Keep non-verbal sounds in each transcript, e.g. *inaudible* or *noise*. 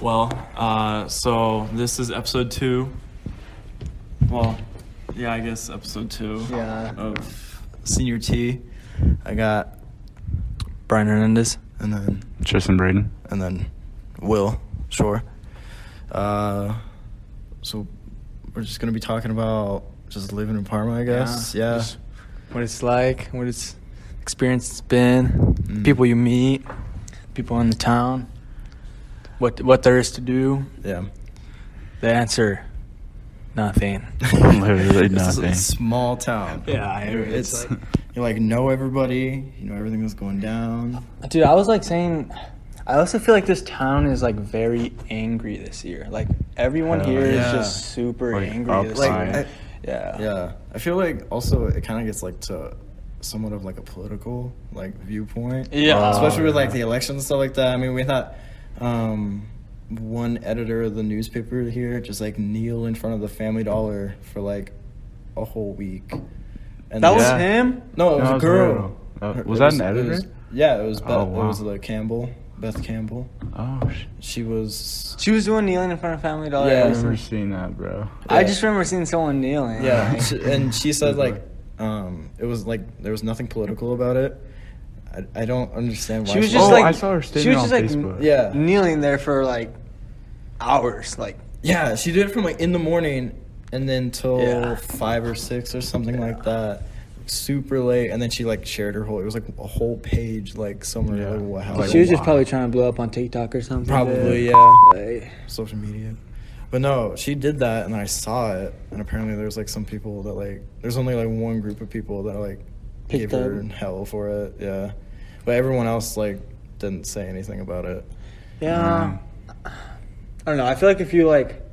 Well, uh, so this is episode two. Well, yeah, I guess episode two Yeah. of Senior T. I got Brian Hernandez, and then Tristan Braden. *laughs* and then Will Shore. Uh, so we're just gonna be talking about just living in Parma, I guess. Yeah. Just What it's like, what it's experience it's been, Mm. people you meet, people in the town, what what there is to do. Yeah. The answer, nothing. *laughs* Literally This is a nothing. small town. Yeah, I- You're- it's, it's like you like know everybody. You know everything that's going down. Dude, I was like saying, I also feel like this town is like very angry this year. Like everyone Hell here is yeah. just super Like, angry. This Like, Sorry. year. I, yeah, yeah. I feel like also it kind of gets like to somewhat of like a political like viewpoint. Uh, Yeah. especially with Oh, yeah. like the elections and stuff like that. I mean, we had um, one editor of the newspaper here just like kneel in front of the Family Dollar for like a whole week. And That then- was Yeah. him. No, it was No, it a was girl. her. Uh, Her- was it that an it editor? was- yeah, it was. Beth, Oh, It was wow. the Campbell, Beth Campbell. Oh, sh- She was. She was doing kneeling in front of Family Dollar. Yeah. I I was- remember seeing that, bro. I Yeah. just remember seeing someone kneeling. Yeah, *laughs* Like, she- and she said like, um, it was like there was nothing political about it. I, I don't understand why. She was Oh, just like I saw her she was statement just on like Facebook. Yeah. kneeling there for like hours. Like Yeah, she did it from like in the morning and then till Yeah. five or six or something like that. Super late, and then she like shared her whole. It was like a whole page, like somewhere Yeah. like what She happened. was just wow. probably trying to blow up on TikTok or something. Probably, dude. yeah. Like, social media. But no, she did that, and I saw it, and apparently there's like some people that like there's only like one group of people that like gave Picked her up. hell for it, yeah. But everyone else like didn't say anything about it. yeah. Mm-hmm. I don't know. I feel like if you like,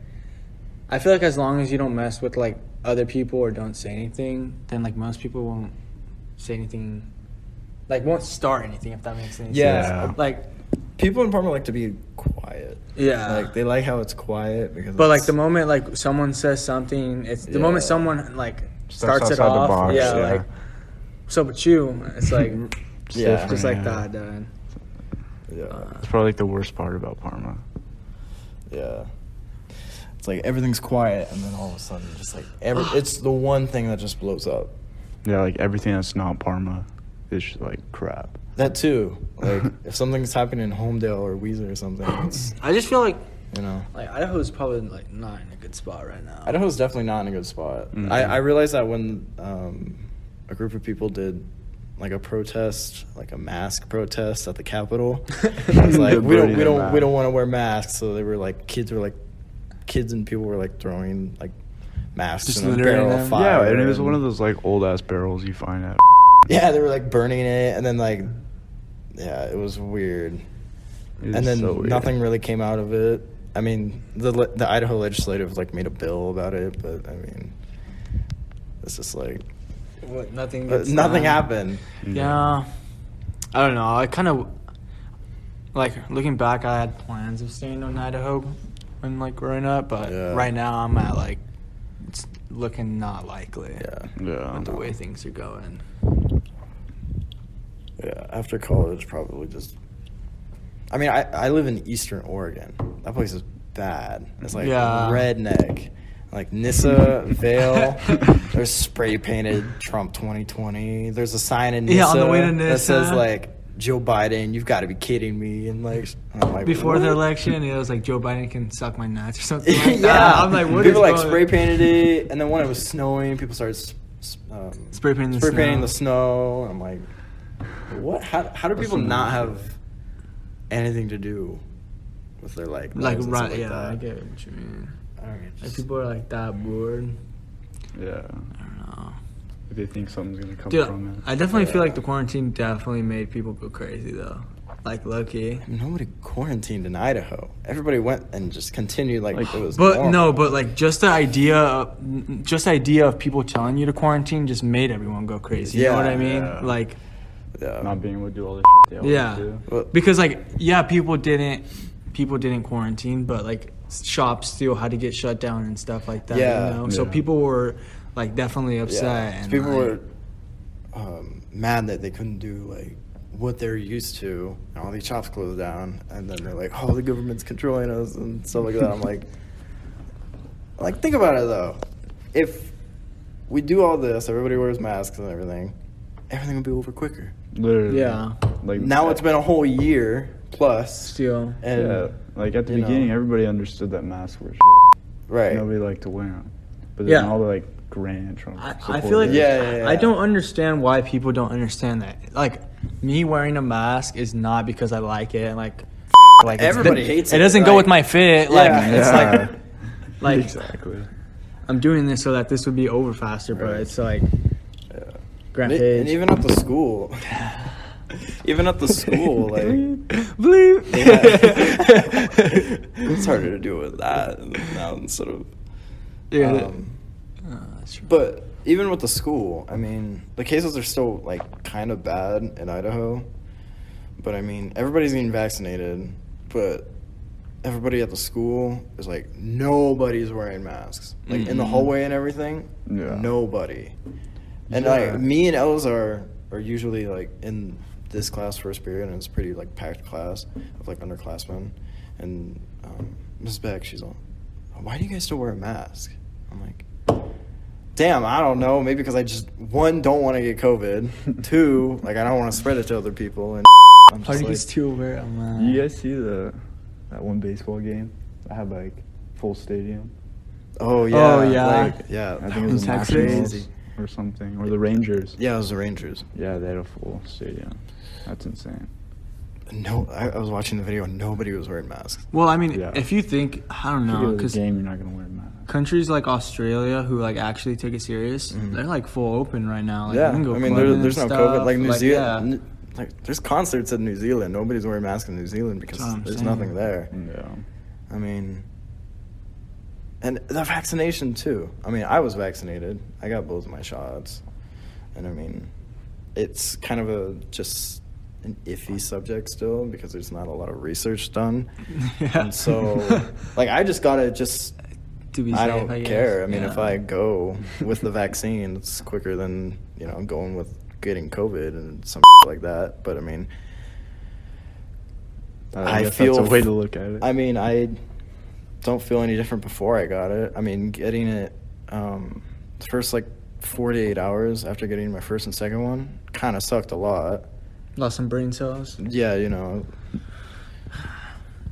I feel like as long as you don't mess with like other people or don't say anything, then like most people won't say anything. Like won't start anything if that makes any Yeah. sense. Like People in Parma like to be quiet. yeah. Like they like how it's quiet because. But like it's- the moment like someone says something, it's the Yeah. moment someone like starts it outside the off. box, yeah, yeah. like so but you, it's like Yeah. just like Yeah. that, dude. Yeah. It's probably like the worst part about Parma. Yeah. It's like everything's quiet, and then all of a sudden, just like *gasps* every, it's the one thing that just blows up. Yeah, like everything that's not Parma is just like crap. That too. Like *laughs* if something's happening in Homedale or Weezer or something, it's I just feel like you know. like Idaho's probably like not in a good spot right now. *laughs* Idaho's definitely not in a good spot. Mhm. I, I realized that when um, a group of people did like a protest, like a mask protest at the Capitol, *laughs* it's like we don't we don't we don't want to wear masks. So they were like kids were like kids and people were like throwing like masks Just in a littering barrel them. of fire. Yeah, and it was one of those like old ass barrels you find at. *laughs* Yeah, they were like burning it, and then like yeah, it was weird. It and is then so weird. nothing really came out of it. I mean, the le- the Idaho legislative like made a bill about it, but I mean, it's just like What, nothing uh, gets nothing done. happened. Yeah. I don't know. I kind of like looking back. I had plans of staying in Idaho when like growing up, but Yeah. right now I'm at like it's looking not likely. Yeah, Yeah. With the way things are going. yeah. After college, probably just. I mean, I I live in Eastern Oregon. That place is bad. It's like Yeah. redneck, like *laughs* Nissa Vale. There's spray painted Trump 2020. There's a sign in Nissa Yeah, on the way to that says Nissa. like Joe Biden. You've got to be kidding me! And like I'm like, Before the "What?" election, it was like Joe Biden can suck my *laughs* nuts or something. Like yeah, that. I'm like, what is people like going- spray painted it, and then when it was snowing, people started s- s- um, Spray painting the spray painting snow. the snow. I'm like, what? How, how do people That's not annoying. have anything to do with their like Like lives and right, stuff yeah, I like that? get what you mean. I don't know, Like just- people are like that bored. Yeah. I don't know, If they think something's gonna come from it. dude. I definitely Yeah. feel like the quarantine definitely made people go crazy though. Like low key. Nobody quarantined in Idaho. Everybody went and just continued like, Like- it was. But normal. no, but like just the idea, of, n- just the idea of people telling you to quarantine just made everyone go crazy. you know what Yeah, I mean? yeah. Like, yeah. not being able to do all this shit they always yeah, do. Well- because like yeah, people didn't, people didn't quarantine, but like shops still had to get shut down and stuff like that. Yeah. you know? so Yeah. people were like definitely Yeah. upset. And, people like, were um, mad that they couldn't do like what they're used to, and all these shops closed down, and then they're like, "Oh, the government's controlling us" and stuff like that. I'm like, *laughs* like think about it though, if we do all this, everybody wears masks and everything, everything will be over quicker. Literally. Yeah. Like Now it's been a whole year plus, Still. and Yeah. Like at the you know. beginning, everybody understood that masks were shit. right, Nobody liked to wear them. But then Yeah. all the like grand Trump I, I supporters. feel like Yeah, yeah, yeah. I don't understand why people don't understand that. Like me wearing a mask is not because I like it. Like, *laughs* like it's- Everybody hates It it, doesn't go like- with my fit. Like Yeah. *laughs* it's like *laughs* like- exactly. I'm doing this so that this would be over faster, but Right. it's like Grand and, e- and Page. even *laughs* *laughs* at the school, even at the *laughs* *laughs* school, like. Bleep. *laughs* it's harder to do with that now instead of. Yeah. um, but even with the school, I mean, the cases are still like kind of bad in Idaho. But I mean, everybody's getting vaccinated, but everybody at the school is like nobody's wearing masks, like in the hallway and everything. Mm-hmm. Yeah. Nobody. And Yeah. like me and Elzar are usually like in this class first period, and it's pretty like packed class of like underclassmen. And um, Miss Beck, she's all, "Why do you guys still wear a mask?" I'm like, "Damn, I don't know. Maybe because I just one don't want to get *laughs* COVID. Two, like I don't want to spread it to other people." And *laughs* I'm How do just you like, guys still wear a mask? You guys see the that one baseball game? I had like full stadium. "Oh yeah, Oh, yeah. like, yeah." I that think it was was the Texas? Nationals or something, or the Rangers. Yeah, it was the Rangers. Yeah, they had a full stadium. That's insane. No, I, I was watching the video and nobody was wearing masks. Well, I mean, Yeah. if you think, I don't If you know, go to the because game, you're not gonna wear a mask. countries like Australia who like actually take it serious, they're like full open right now. Mm-hmm. Like, yeah, you can go I mean, clubbing there, and there's no stuff, COVID. Like New yeah. Zealand, like there's concerts in New Zealand. Nobody's wearing masks in New Zealand because what I'm there's saying. Mm. nothing there. Yeah. I mean, and the vaccination too. I mean, I was vaccinated. I got both of my shots, and I mean, it's kind of a just an iffy subject still because there's not a lot of research done. *laughs* Yeah. And so, *laughs* like, I just gotta just to be I safe, don't guess. care. I mean, Yeah. if I *laughs* go with the vaccine, it's quicker than you know going with getting COVID and some like that. But I mean, I guess feel that's a way f- to look at it. I mean, I don't feel any different before I got it. I mean, getting it um, the first like 48 hours after getting my first and second one kind of sucked a lot. lost some brain cells. Yeah, you know.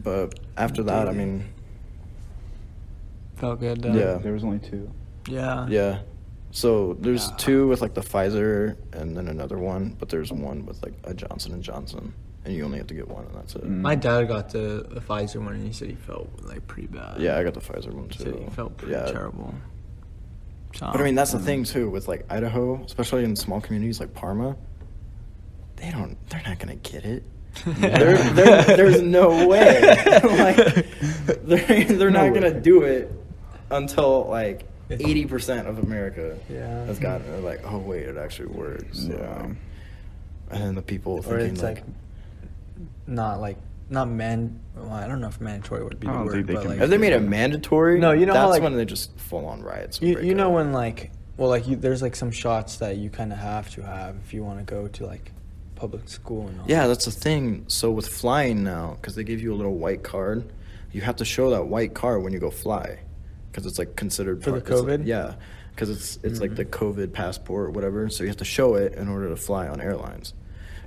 But after that, I mean, Felt good. Though. Yeah. there was only two. Yeah. yeah. So there's Yeah. two with like the Pfizer and then another one, but there's one with like a Johnson and Johnson, and you only have to get one, and that's it. Mm. My dad got the, the Pfizer one, and he said he felt like pretty bad. Yeah, I got the Pfizer one He too. said he felt pretty Yeah. terrible. But I mean, Oh, that's the thing too with like Idaho, especially in small communities like Parma. They don't. They're not gonna get it. There, there, there's no *laughs* way. *laughs* like, *laughs* they're they're No not way. gonna do it until like eighty percent of America Yeah. has gotten it. Like, oh wait, it actually works. So, Yeah. like, and then the people or thinking it's like, like, not like not man. Well, I don't know if mandatory would be I the don't word, think they but can like if they made it mandatory, No, you know how, that's like- when they just full on riots. would You, break you know out. when like well like you, there's like some shots that you kind of have to have if you want to go to like public school and all. Yeah, that's the thing. So with flying now, because they give you a little white card, you have to show that white card when you go fly, because it's like considered For the part- it's like- COVID? Mm-hmm. yeah, because it's it's like the COVID passport or whatever. So you have to show it in order to fly on airlines,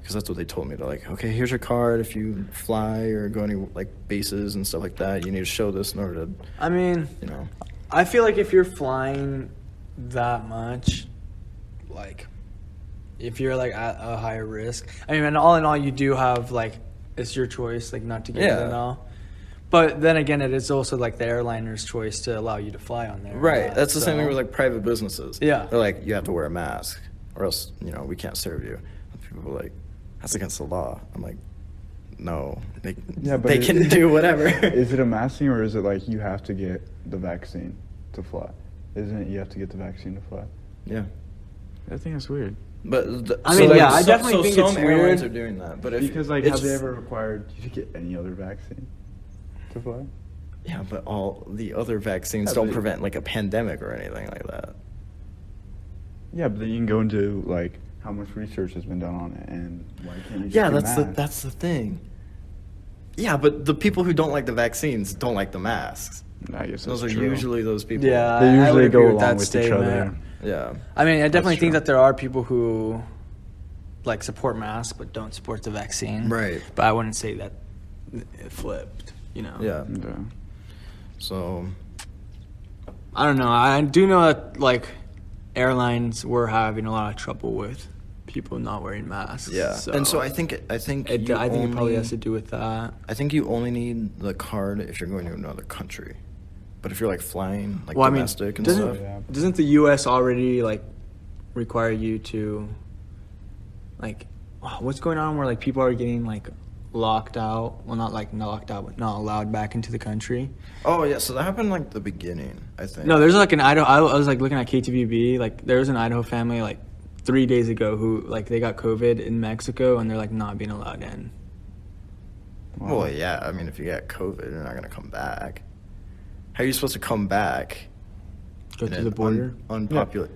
because that's what they told me. They're like, okay, here's your card. If you fly or go any like bases and stuff like that, you need to show this in order to, I mean, you know. I feel like if you're flying that much, like if you're like at a higher risk. I mean, and all in all, you do have like it's your choice like not to get it Yeah. and all. But then again, it is also like the airliner's choice to allow you to fly on there. or Right. not, That's the same thing so- with like private businesses. Yeah. They're like, you have to wear a mask or else, you know, we can't serve you. And people are like, that's against the law. I'm like, no. They, Yeah, but they it- *laughs* can do whatever. Is it a mask thing or is it like you have to get the vaccine to fly? Isn't it you have to get the vaccine to fly? yeah. I think that's weird. But the, I mean, like, yeah, I definitely think some it's airlines weird. are doing that. But if Because like, it's- have they ever required you to get any other vaccine to fly? Yeah, but all the other vaccines Yeah, don't but- prevent like a pandemic or anything like that. Yeah, but then you can go into like how much research has been done on it, and why can't you? Just Yeah, do that's the masks? that's the thing. Yeah, but the people who don't like the vaccines don't like the masks. I guess Those are that's true. usually those people. Yeah, They I- I would usually agree go with that along with each other. statement. Yeah. I mean, I definitely think true. that there are people who like support masks but don't support the vaccine. Right. But I wouldn't say that it flipped. You know. Yeah. Yeah. So I don't know. I do know that like airlines were having a lot of trouble with people not wearing masks. yeah. and so I think I think it, you I think it probably only- has to do with that. I think you only need the card if you're going to another country. But if you're like flying like well, I domestic mean, and doesn't stuff. Yeah. doesn't the U.S. already like require you to like wow, what's going on where like people are getting like locked out? Well, not like not locked out, but not allowed back into the country. Oh yeah, so that happened like the beginning, I think. No, there's like an Idaho. I was like looking at KTVB. Like there was an Idaho family like three days ago who like they got COVID in Mexico and they're like not being allowed in. Wow. Well, yeah. I mean, if you got COVID, you're not gonna come back. How are you supposed to come back? Go in through an the border. Un- unpopular.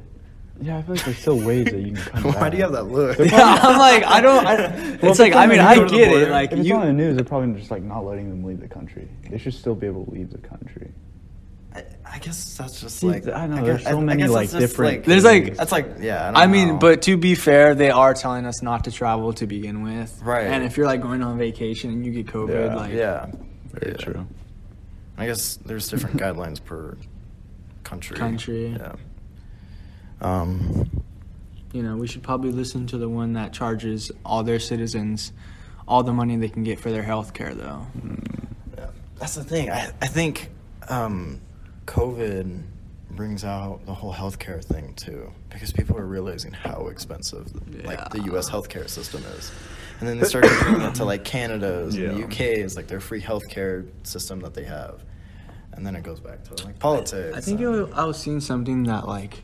Yeah, I feel like there's still ways that you can *laughs* come Why back. do you have that look? *laughs* Yeah, I'm like I don't. I, *laughs* it's Well, if like it's I on mean the- I if it's on get the it. border- Like if it's on the you. news, they're probably just like not letting them leave the country. They should still be able to leave the country. I, I guess that's just See, like I know, guess- there's so many, guess like, that's just, different There's, like- that's like yeah. I, don't I mean, know. but to be fair, they are telling us not to travel to begin with. Right. And if you're like going on vacation and you get COVID, Yeah, like yeah, Very Yeah. true. I guess there's *laughs* different guidelines per country. Country. Yeah. Um. you know, we should probably listen to the one that charges all their citizens all the money they can get for their health care, though. yeah. That's the thing. I I think um, COVID brings out the whole healthcare thing too, because people are realizing how expensive like the Yeah. U.S. healthcare system is. And then they start comparing it to like Canada's and the Yeah. UK's, like their free healthcare system that they have. And then it goes back to like politics. I think it and- was, I was seeing something that like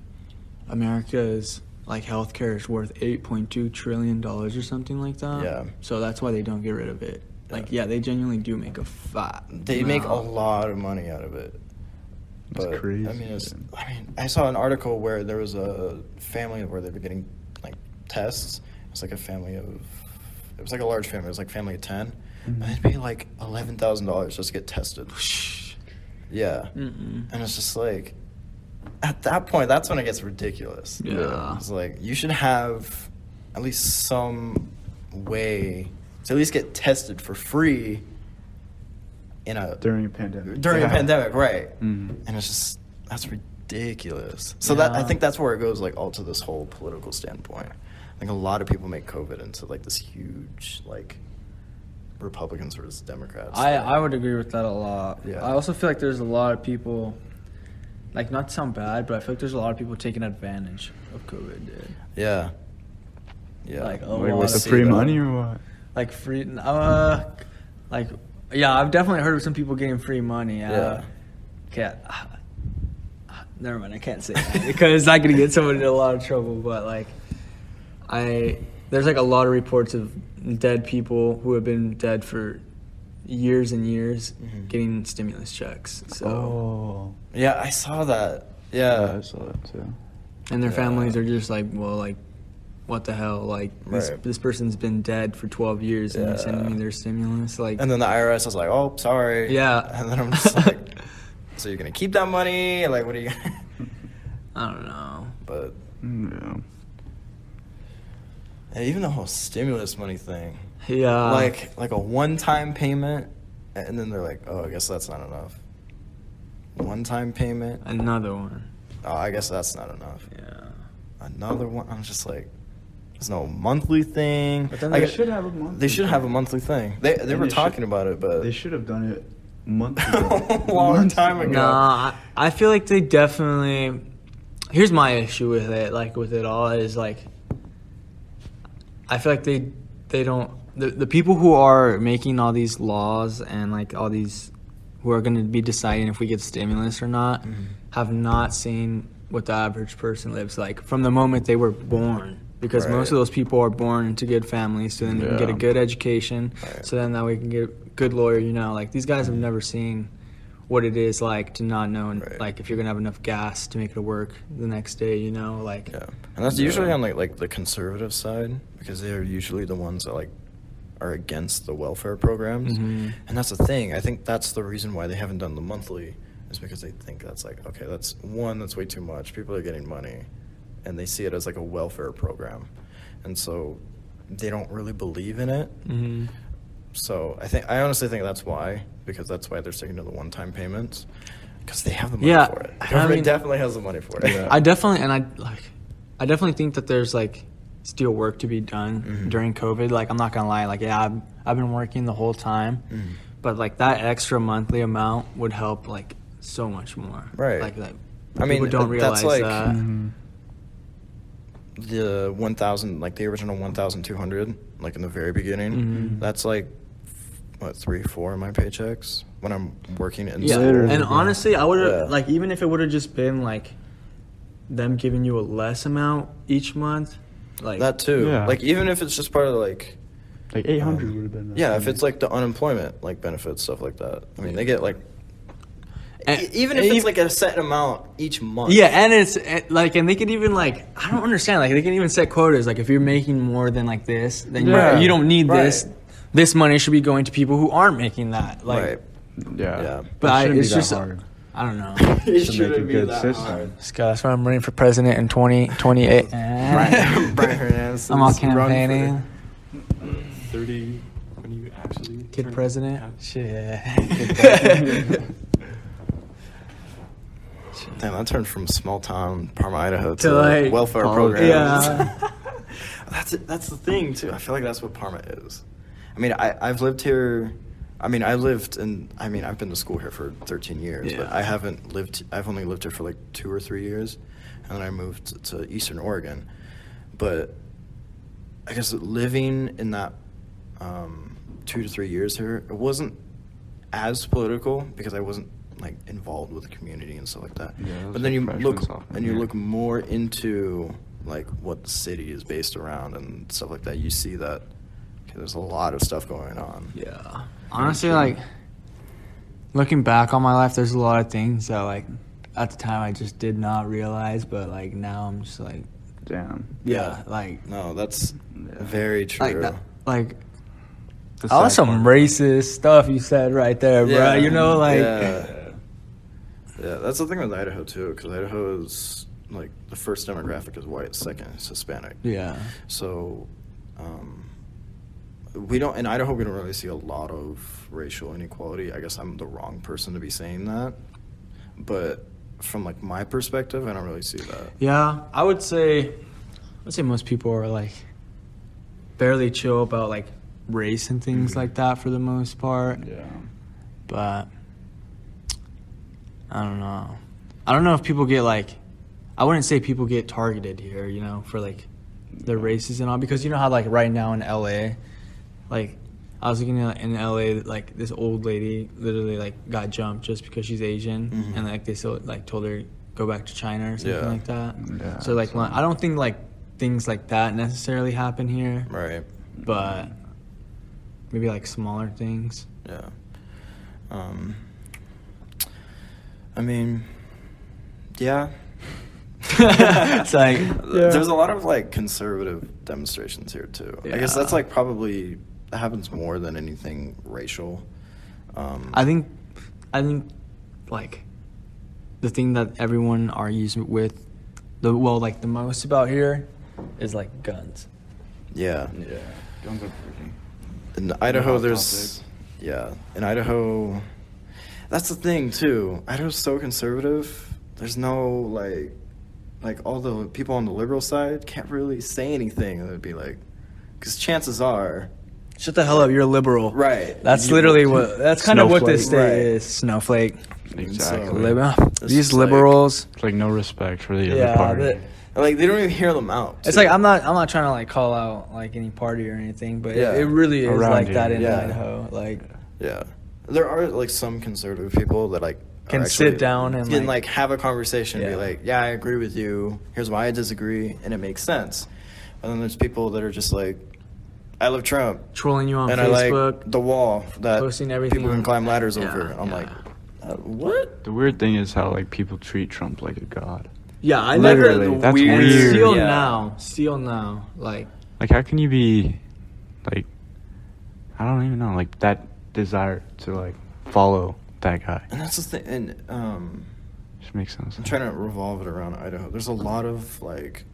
America's like healthcare is worth eight point two trillion dollars or something like that. Yeah. So that's why they don't get rid of it. Like yeah, they genuinely do make a fat. They make a amount. lot of money out of it. That's But, crazy, I mean, it's, dude. I mean, I saw an article where there was a family where they were getting like tests. It was like a family of, it was like a large family. It was like family of 10 and they'd Mm-hmm. pay like eleven thousand dollars just to get tested. yeah, Mm-mm. and it's just like, at that point, that's when it gets ridiculous. Yeah. It's like you should have at least some way to at least get tested for free in a During a pandemic. during a Yeah. pandemic, right? Mhm. And it's just that's ridiculous. So that I Yeah. think that's where it goes like all to this whole political standpoint. I think a lot of people make COVID into like this huge like Republicans versus Democrats. I, thing. I would agree with that a lot. Yeah. I also feel like there's a lot of people, like not to sound bad, but I feel like there's a lot of people taking advantage of COVID, dude. yeah yeah Like, oh, Wait, well, with I the see free that. money or what? Like free, uh, like yeah, I've definitely heard of some people getting free money. Yeah. Yeah. Can't. *sighs* never mind. I can't say that because I could get someone in a lot of trouble. But like, I there's like a lot of reports of dead people who have been dead for years and years Mhm. getting stimulus checks. So. Oh. yeah I saw that I yeah saw that too. and their Yeah. families are just like, well, like, what the hell? Like this, Right. this person's been dead for twelve years, and they're sending me their stimulus. Like, *laughs* and then the IRS was like oh sorry Yeah. and then I'm just *laughs* like so you're gonna keep that money like what are you *laughs* I don't know. but Yeah. Mm, yeah, even the whole stimulus money thing Yeah, like like a one time payment, and then they're like, oh, I guess that's not enough. One time payment, another one. oh, I guess that's not enough. Yeah, Another one, I'm just like, there's no monthly thing. But then Like, they should have a monthly They should have a thing. monthly thing. They they And were they should- talking about it, but They should have done it *laughs* months A ago. long Months time ago. no, I, I feel like they definitely. Here's my issue with it, like with it all, is like, I feel like they they don't the the people who are making all these laws and like all these who are going to be deciding if we get stimulus or not Mm-hmm. have not seen what the average person lives like from the moment they were born because most of Right. those people are born into good families so then they can get a Yeah. good education Right. Mm-hmm. so then that we can get a good lawyer you know like these guys have never seen what it is like to not know Right. like if you're gonna have enough gas to make it to work the next day. You know, like Yeah, and that's Yeah. usually on like like the conservative side because they are usually the ones that like are against the welfare programs, Mhm. and that's the thing. I think that's the reason why they haven't done the monthly is because they think that's like okay, that's one that's way too much. People are getting money, and they see it as like a welfare program, and so they don't really believe in it. Mhm. So I think I honestly think that's why because that's why they're sticking to the one-time payments because they have the money Yeah, for it. The I government mean- definitely has the money for it. Yeah. I definitely and I like I definitely think that there's like still work to be done Mhm. during COVID. Like I'm not gonna lie, like yeah, I've, I've been working the whole time, Mhm. but like that extra monthly amount would help like so much more. Right. Like that. I mean, people uh, don't that's realize like- that. Mm-hmm. the 1000 like the original 1200 like in the very beginning Mhm. that's like what three four of my paychecks when i'm working in Yeah, school. Literally, and bro. honestly, I would have Yeah. like even if it would have just been like them giving you a less amount each month, like that too Yeah. like even if it's just part of like Like 800 um, would have been. yeah if it's like the unemployment like benefits stuff like that i mean they get like And- e- even if it's even- like a set amount each month Yeah, and it's eh, like, and they could even like, I don't understand. Like, they can even set quotas. Like, if you're making more than like this, then you- Yeah. you don't need this. Right. This money should be going to people who aren't making that. Like, right Yeah. yeah. But It I- shouldn't be it's that just- hard I don't know. it to make a good system. Scott, that's why I'm running for president in *laughs* *laughs* 2028. Brian, Brian Eh. I'm Hernandez all is run for the- campaigning. 30 when you actually Kid turn- president. Yeah. Shit. *laughs* Damn, I turned from small town Parma, Idaho to, To, like, welfare politics. programs. *laughs* *laughs* *laughs* Yeah. that's it, that's the thing too. I feel like that's what Parma is. I mean, I I've lived here. I mean, I lived in. I mean, I've been to school here for 13 years, but Yeah. I haven't lived. I've only lived here for like two or three years, and then I moved to Eastern Oregon. But I guess living in that um, two to three years here, it wasn't as political because I wasn't like involved with the community and stuff like that. Yeah, that was but then like you freshman, look sophomore and you year. look more into like what the city is based around and stuff like that. You see that 'kay, there's a lot of stuff going on. Yeah. Honestly, like looking back on my life, there's a lot of things that like at the time I just did not realize, but like now I'm just like Damn. yeah, like No, that's Yeah. very true. like that, like The oh, that's sad some part. racist stuff you said right there, bruh. Yeah. You know, like Yeah. Yeah, that's the thing with Idaho too, because Idaho is like the first demographic is white, second is Hispanic. yeah, So, um, we don't in Idaho we don't really see a lot of racial inequality. I guess I'm the wrong person to be saying that, but from like my perspective, I don't really see that. yeah. I would say, I'd say most people are like fairly chill about like race and things like that for the most part. Yeah. but I don't know. I don't know if people get like, I wouldn't say people get targeted here, you know, for like their races and all, because you know how like right now in LA, like I was looking at in LA, like this old lady literally like got jumped just because she's Asian, Mhm. and like they still like told her go back to China or something Yeah. like that. Yeah, so like, so- I don't think like things like that necessarily happen here, Right. but maybe like smaller things. Yeah. Um. I mean, yeah. *laughs* *laughs* It's like- Yeah. there's a lot of like conservative demonstrations here too. I guess Yeah. that's like probably that happens more than anything racial. Um, I think, I think, like, the thing that everyone argues with, the well, like the most about here, is like guns. yeah. Yeah. Guns are freaking. In Idaho, hot there's topic. yeah. In Idaho, that's the thing too. Idaho's so conservative. There's no like, like all the people on the liberal side can't really say anything. It would be like, because chances are, Shut the hell up! You're a liberal. right? That's you- literally what. That's kind of what this state Snowflake. Right. is. Snowflake. Exactly. Exactly. Lib- It's These just like- liberals. It's like no respect for the Yeah, other party. the- Like they don't even hear them out. it's too. like I'm not. I'm not trying to like call out like any party or anything, but Yeah. it, it really is Around like here. that in Yeah. Idaho. Like, Yeah, there are like some conservative people that like are Can sit actually- down and, can like, like- have a conversation, and Yeah. be like, yeah, I agree with you. Here's why I disagree, and it makes sense. And then there's people that are just like, I love Trump, trolling you on and I Facebook. like the wall that posting everything people can on- climb ladders Yeah, over. I'm yeah. like, Uh, what? The weird thing is how like people treat Trump like a god. Yeah, I Literally, never. that's and weird. Steal Yeah. now, steal now. Like Like how can you be like I don't even know, like that desire to like follow that guy. And that's the thing. And um, Which makes sense. I'm trying to revolve it around Idaho. There's a lot of like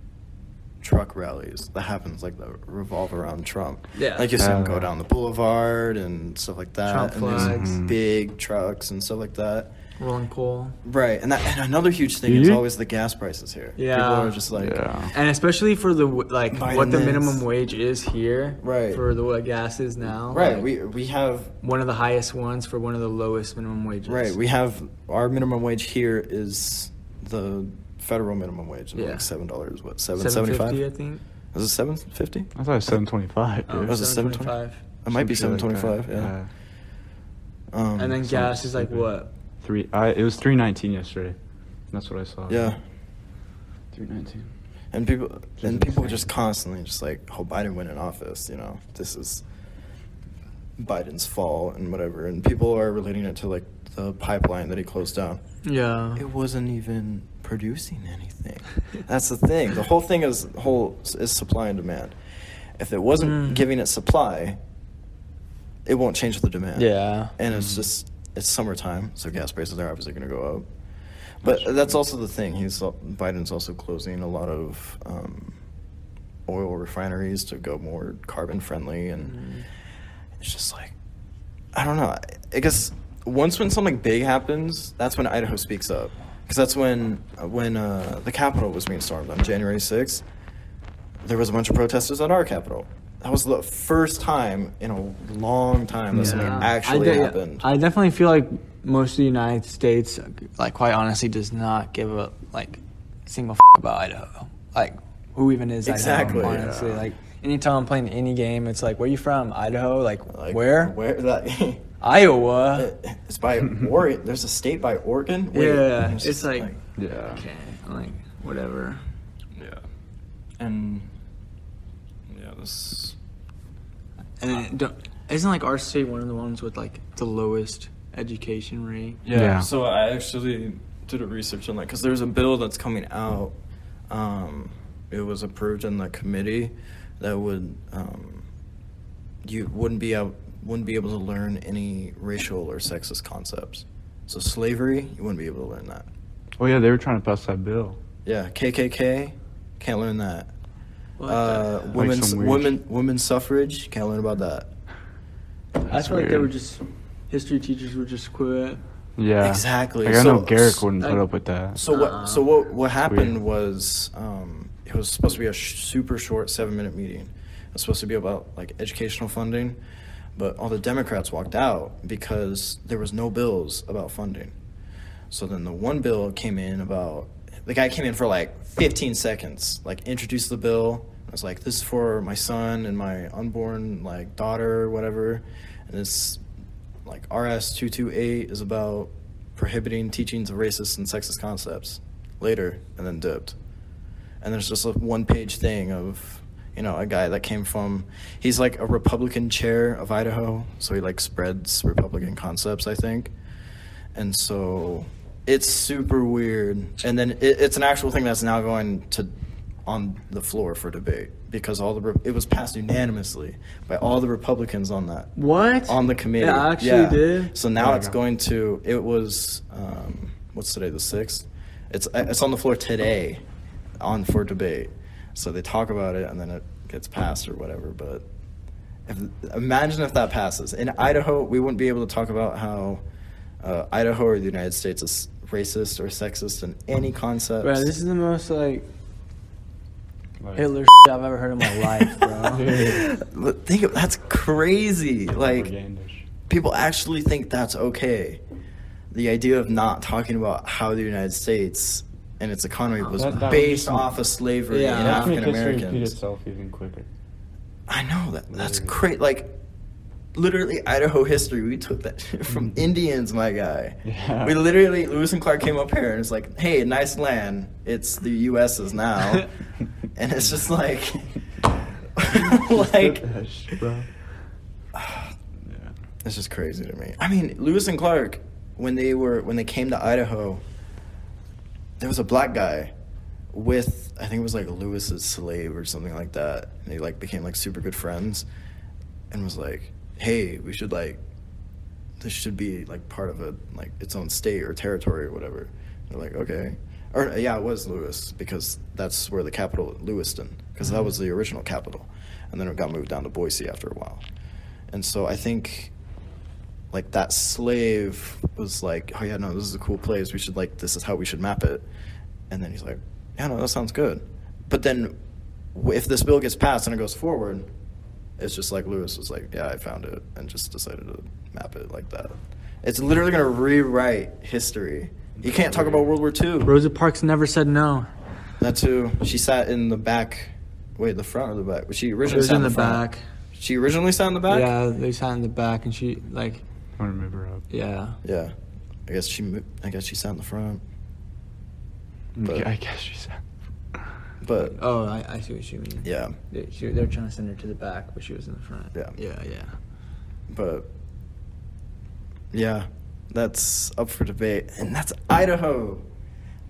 truck rallies that happens like that revolve around Trump. Yeah. Like you see him Uh, go down the boulevard and stuff like that. Trump and there's flags. Mhm. Big trucks and stuff like that. Rolling Pole. Right. And that and another huge thing is You- always the gas prices here. People Yeah. are just like yeah. And especially for the w- like Buy what the the mints. minimum wage is here, Right. For the what gas is now, Right. like, we we have one of the highest ones for one of the lowest minimum wages, right, we have our minimum wage here is the federal minimum wage of Yeah. like seven dollars, what, seven seven seventy fifty, I five? think. Was it seven fifty? I thought it was seven twenty five, Oh, dude. Was it 7.25. It might be seven Some shit like twenty that. five, yeah. Um, And then Sounds gas is like stupid. what? Three I it was three nineteen yesterday. That's what I saw. Yeah. Three nineteen. And people and Doesn't people say. just constantly just like, oh, Biden went in office, you know, this is Biden's fall and whatever. And people are relating it to like the pipeline that he closed down. Yeah. It wasn't even producing *laughs* anything. That's the thing. The whole thing is whole is supply and demand. If it wasn't Mm. giving it supply, it won't change the demand. Yeah. And it's just it's summertime, so gas prices are obviously going to go up. But that's also the thing. He's al- Biden's also closing a lot of um, oil refineries to go more carbon friendly, and Mm. it's just like I don't know. I- I guess once when something big happens, that's when Idaho speaks up, because that's when when uh, the Capitol was being stormed on January sixth. There was a bunch of protesters at our Capitol. That was the first time in a long time that something Yeah. actually I de- happened. I definitely feel like most of the United States, like quite honestly, does not give a like single f- about Idaho. Like who even is Exactly. Idaho? Honestly, like anytime I'm playing any game, it's like, where you from? Idaho? Like, Like, where? Where? *laughs* Uh, Like, Iowa. it's by Oregon. There's a state by Oregon. Wait, Uh, yeah, I'm it's, just like, Yeah. okay, like whatever. Yeah. and Yeah, this. And then don't, isn't like our state one of the ones with like the lowest education rate? Yeah, Yeah. So I actually. actually did a research on that because there's a bill that's coming out. Um, it was approved in the committee that would um, you wouldn't be out wouldn't be able to learn any racial or sexist concepts. So slavery, you wouldn't be able to learn that. Oh yeah, they were trying to pass that bill. Yeah, KKK, can't learn that. What Uh, the- women's some weird- women women's suffrage, can't learn about that. I That's feel like they weird. were just history teachers would just quit. Yeah. Exactly. Like I So- know Garrick wouldn't I- put up with that. So Uh-uh. what? So what? What happened weird. was um, it was supposed to be a sh- super short seven-minute meeting. It was supposed to be about like educational funding, but all the Democrats walked out because there was no bills about funding. So then the one bill came in about the guy came in for like 15 seconds, like introduced the bill. I was like, "This is for my son and my unborn like daughter, or whatever." And this like RS 228 is about prohibiting teachings of racist and sexist concepts later and then dipped. And there's just a one page thing of, you know, a guy that came from, he's like a Republican chair of Idaho. So he like spreads Republican concepts, I think. And so it's super weird. And then it, it's an actual thing that's now going to on the floor for debate because all the, Re- it was passed unanimously by all the Republicans on that What? on the committee. It actually yeah. did? So now Yeah. it's going to. It was um, what's today? The sixth. It's it's on the floor today, on for debate. So they talk about it and then it gets passed or whatever. But if, imagine if that passes in Idaho, we wouldn't be able to talk about how uh, Idaho or the United States is racist or sexist in any concept. Bro, this is the most like Like, Hitler *laughs* I've ever heard in my *laughs* life, bro. But Think of that's crazy. Like propagandish. people actually think that's okay. The idea of not talking about how the United States and its economy was That- that would based just- off of slavery Yeah. and That's African repeat Americans. itself even quicker. I know that that's Literally. crazy. Like literally Idaho history, we took that *laughs* shit from Mm. Indians, my guy. Yeah. We literally Lewis and Clark came up here and it's like, hey, nice land. It's the U.S.'s now, *laughs* *laughs* and it's just *laughs* like, *laughs* like. *laughs* Gosh, bro. It's just crazy to me. I mean, Lewis and Clark when they were when they came to Idaho, there was a black guy with I think it was like Lewis's slave or something like that. And they like became like super good friends and was like, "Hey, we should like this should be like part of a like its own state or territory or whatever." And they're like, "Okay." Or yeah, it was Lewis because that's where the capital Lewiston because that was the original capital. And then it got moved down to Boise after a while. And so I think like that slave was like, "Oh yeah, no, this is a cool place. We should like this is how we should map it." And then he's like, "Yeah, no, that sounds good." But then w- if this bill gets passed and it goes forward, it's just like Lewis was like, "Yeah, I found it," and just decided to map it like that. It's literally gonna rewrite history. You can't talk about World War II. Rosa Parks never said no. That too. She sat in the back. Wait, the front or the back? She She originally was sat in the front. back. She originally sat in the back. Yeah, they sat in the back, and she like, I remember up. yeah. Yeah. I guess she. mo- I guess she sat in the front. But- I guess she said. But Oh, I, I see what you mean. yeah, They, she, they were trying to send her to the back, but she was in the front. Yeah. Yeah, yeah. but yeah, that's up for debate, and that's Idaho.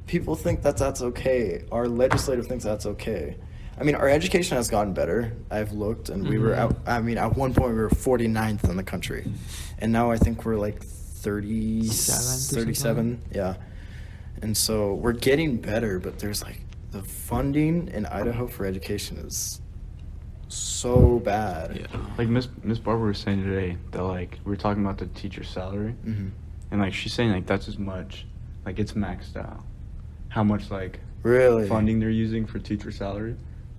People think that that's okay. Our legislative thinks that's okay. I mean, our education has gotten better. I've looked, and we were Mhm. out. I mean, at one point we were 49th in the country, and now I think we're like 30, Seventh or something? 37. Yeah, and so we're getting better, but there's like the funding in Idaho for education is so bad. Like Miss Miss Barbara was saying today that like we were talking about the teacher's salary, Mhm. and like she's saying like that's as much, like it's maxed out. How much like Really? funding they're using for teacher salary?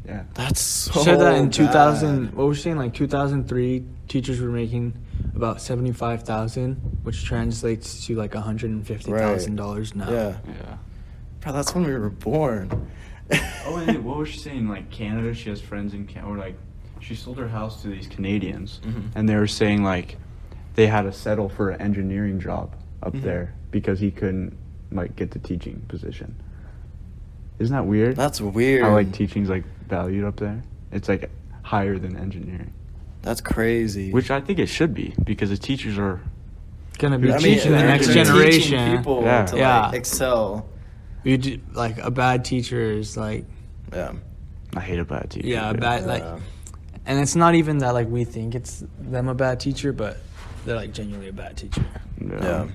Yeah. That's so. She said that in bad. 2000. What was she saying? Like 2003, teachers were making about 75,000, which translates to like 150,000 dollars now. Yeah, Yeah. bro, that's when we were born. Oh, and then what was she saying? Like Canada, she has friends in Canada, or like she sold her house to these Canadians, Mhm. and they were saying like they had to settle for an engineering job up Mhm. there because he couldn't like get the teaching position. Isn't that *laughs* weird? That's weird. How like teaching's like valued up there? It's like higher than engineering, That's crazy. which I think it should be because the teachers are. Gonna be I mean, teaching the they're- next they're teaching generation. people Yeah. to Yeah. like excel. You do, like a bad teacher is like Yeah. I hate a bad teacher. yeah, a dude. bad like, Yeah. and it's not even that like we think it's them a bad teacher, but they're like genuinely a bad teacher. Yeah. Yeah.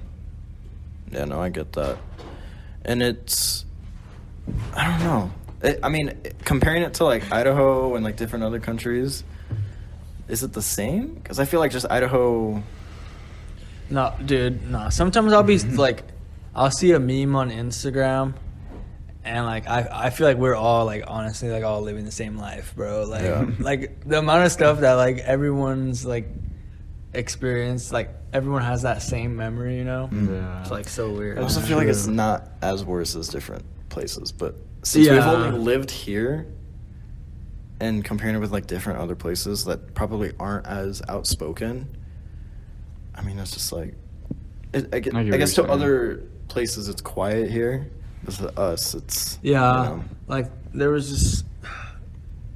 Yeah, no, I get that. And it's, I don't know. It, I mean, comparing it to like Idaho and like different other countries, is it the same? Because I feel like just Idaho. No, dude, no. Sometimes I'll be like, I'll see a meme on Instagram, and like I, I feel like we're all like honestly like all living the same life, bro. Like, Yeah. *laughs* like the amount of stuff that like everyone's like experienced, like everyone has that same memory, you know. Mm. Yeah. It's like so weird. I also feel like it's Mm. True. not as worse as different places, but since we've Yeah. only lived here and comparing it with like different other places that probably aren't as outspoken, I mean, it's just like, it, I, get, I I, get what guess to you're saying. other places it's quiet here. But to us, it's you Yeah, know, like there was just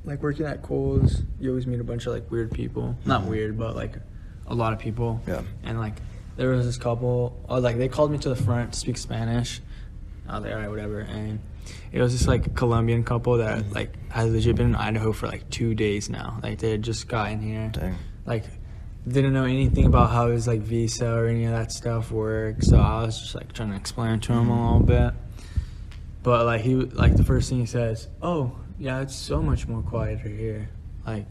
like working at Kohl's, you always meet a bunch of like weird people. Not weird, but like a lot of people. Mm-hmm. Yeah. And like there was this couple, or like they called me to the front to speak Spanish. I was like, all right, whatever. And it was this like Colombian couple Mm-hmm. that like has legit been in Idaho for like two days now. Like they had just gotten here. dang. Like didn't know anything about how his like visa or any of that stuff worked. So I was just like trying to explain to Mm-hmm. him a little bit. But like he like the first thing he says, "Oh, yeah, it's so much more quieter here." Like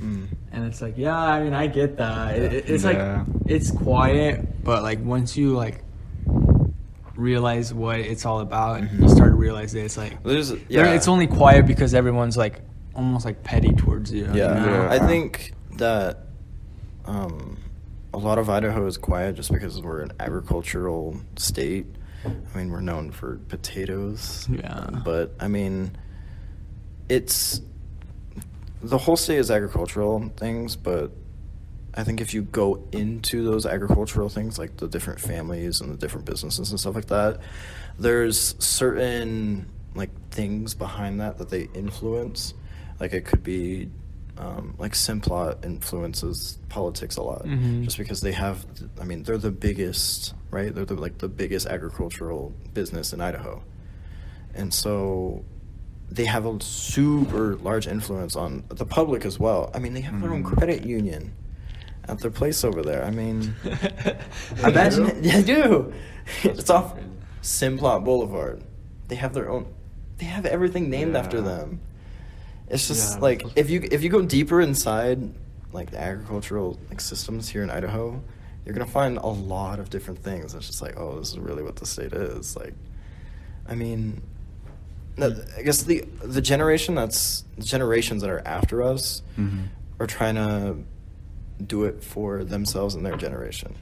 Mm. and it's like, "Yeah, I mean, I get that. It, it- it's Yeah. like it's quiet, but like once you like realize what it's all about, you start to realize that it's like There's yeah. Mm-hmm. yeah, it's only quiet because everyone's like almost like petty towards you. you Yeah. know? Yeah. I *laughs* think that um, a lot of Idaho is quiet just because we're an agricultural state. I mean, we're known for potatoes. Yeah. But I mean, it's the whole state is agricultural things, but I think if you go into those agricultural things, like the different families and the different businesses and stuff like that, there's certain like things behind that that they influence. Like it could be um, like Simplot influences politics a lot, Mhm. just because they have. I mean, they're the biggest, right? They're the, like the biggest agricultural business in Idaho, and so they have a super large influence on the public as well. I mean, they have their own Mhm. credit union at their place over there. I mean, *laughs* They imagine do? it. *laughs* Yeah, I do. That's it's off crazy. Simplot Boulevard. They have their own. They have everything named after Yeah. them. It's Yeah, just that's like what's- if you if you go deeper inside like the agricultural like systems here in Idaho, you're gonna find a lot of different things. It's just like, oh, this is really what the state is. Like, I mean, no, I guess the the generation that's the generations that are after us Mhm. are trying to do it for themselves and their generation.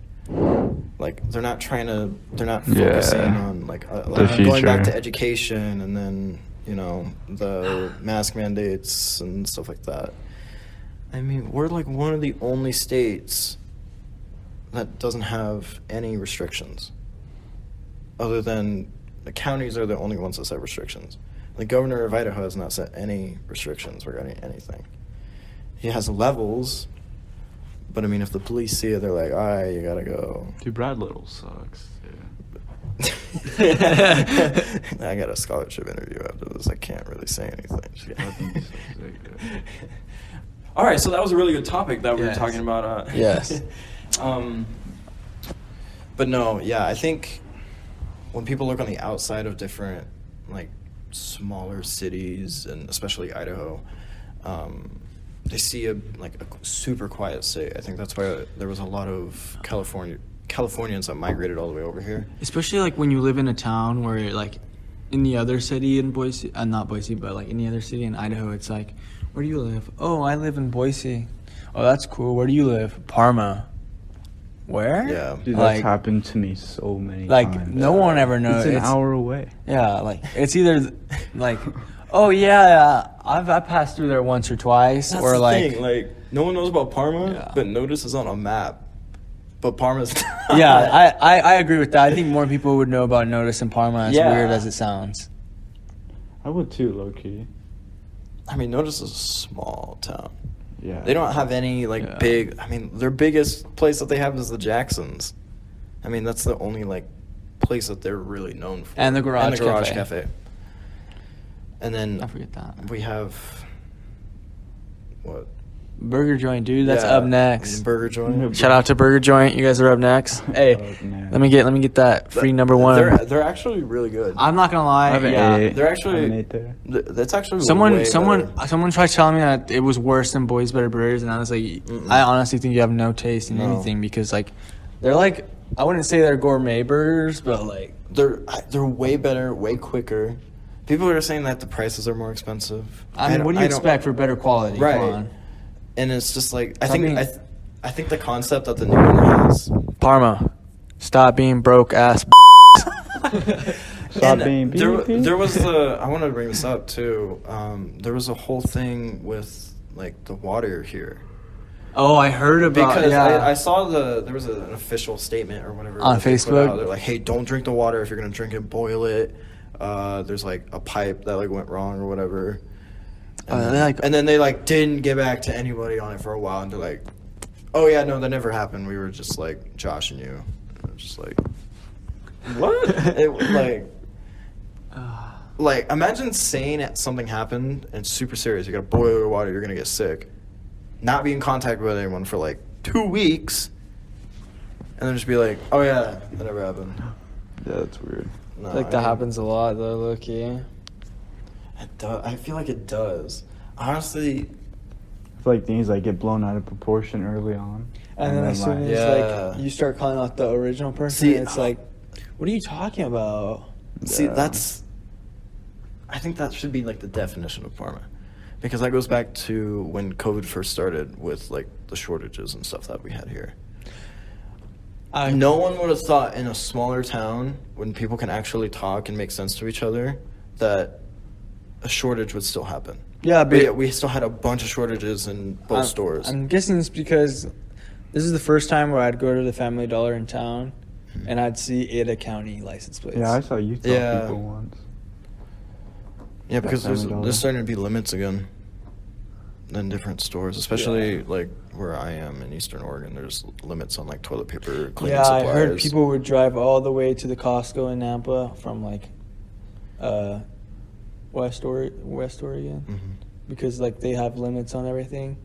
Like they're not trying to they're not Yeah. focusing on like, uh, The like going back to future. education and then you know the mask mandates and stuff like that. I mean, we're like one of the only states that doesn't have any restrictions other than the counties are the only ones that set restrictions. The governor of Idaho has not set any restrictions regarding anything. He has levels, but I mean, if the police see it, they're like, all right, you gotta go. *laughs* Dude, Brad Little sucks. Dude. *laughs* I got a scholarship interview after this. I can't really say anything. *laughs* All right, so that was a really good topic that we Yes. were talking about. Uh, *laughs* Yes. um, But no, yeah, I think when people look on the outside of different, like, smaller cities and especially Idaho, um, they see a like a super quiet state. I think that's why there was a lot of California Californians that migrated all the way over here. Especially like when you live in a town where like any other city in Boise, uh, not Boise, but like any other city in Idaho, it's like, where do you live? Oh, I live in Boise. Oh, that's cool. Where do you live? Parma. Where? Yeah. Dude, Like- that's happened to me so many Like times. no one ever knows. Uh, It's an hour away. Yeah, like it's either th- like, oh yeah, yeah, I've I passed through there once or twice, That's or the like, thing, like no one knows about Parma, Yeah. but Notice is on a map. But Parma's *laughs* *laughs* yeah, I, I I agree with that. I think more people would know about Notice and Parma. As Yeah. weird as it sounds. I would too, low key. I mean Notice is a small town. Yeah. They don't have any like Yeah. big. I mean, their biggest place that they have is the Jacksons. I mean, that's the only like place that they're really known for. And the Garage and the Garage Cafe. Cafe. And then I forget that. we have what? Burger joint, dude. That's Yeah, up next. Burger joint. Shout out to Burger Joint. You guys are up next. Hey, Up next. let me get let me get that free number one. Oh, They're they're actually really good. I'm not gonna I lie. haven't Yeah. ate. They're I actually- haven't ate there. Th- that's actually Someone, way someone, better. someone tried telling me that it was worse than Boys Better Burgers, and I was like, Mm-mm. I honestly think you have no taste in No. anything because like, they're like, I wouldn't say they're gourmet burgers, but like, They're I- they're way better, way quicker. People are saying that the prices are more expensive. I mean, don't- what do you don't- expect for better quality? Right. Come on. And it's just like I Stop think being- I, th- I think the concept that the new one has Parma, stop being broke *laughs* ass. *laughs* Stop And being there, wa- beeping. there was the I want to bring this up too. Um, there was a whole thing with like the water here Oh, I heard about because yeah. I, I saw the there was an official statement or whatever On that they put Facebook? out. They're like, hey, don't drink the water if you're gonna drink it, boil it. Uh, there's like a pipe that like went wrong or whatever. And, Uh, then, they, like- and then they like didn't get back to anybody on it for a while, and they're like, oh yeah, no, that never happened. We were just like Josh and you. And I'm just like, what? *laughs* it was like. Like, imagine saying that something happened and it's super serious. You gotta boil your water, you're gonna get sick. Not be in contact with anyone for like two weeks, and then just be like, oh yeah, that never *gasps* happened. Yeah, that's weird. No, like I that mean, happens a lot though, Loki. It do- I feel like it does. Honestly, It's like things like get blown out of proportion early on. And then as soon like, as Yeah. like you start calling out the original person, See, it's uh, like, what are you talking about? see, Yeah. that's. I think that should be like the definition of Parma. Because that goes back to when COVID first started with like the shortages and stuff that we had here. I no one would have thought in a smaller town when people can actually talk and make sense to each other that a shortage would still happen. Yeah, But but yet we still had a bunch of shortages in both I'm- stores. I'm guessing it's because this is the first time where I'd go to the Family Dollar in town, and I'd see Ada County license plates. Yeah, I saw you tell Yeah. people once. yeah, because there's, Family Dollar. there's starting to be limits again. in different stores, especially like where I am in Eastern Oregon. There's limits on like toilet paper, cleaning yeah, supplies. I heard people would drive all the way to the Costco in Napa from like uh, West or West Oregon Mhm. because like they have limits on everything,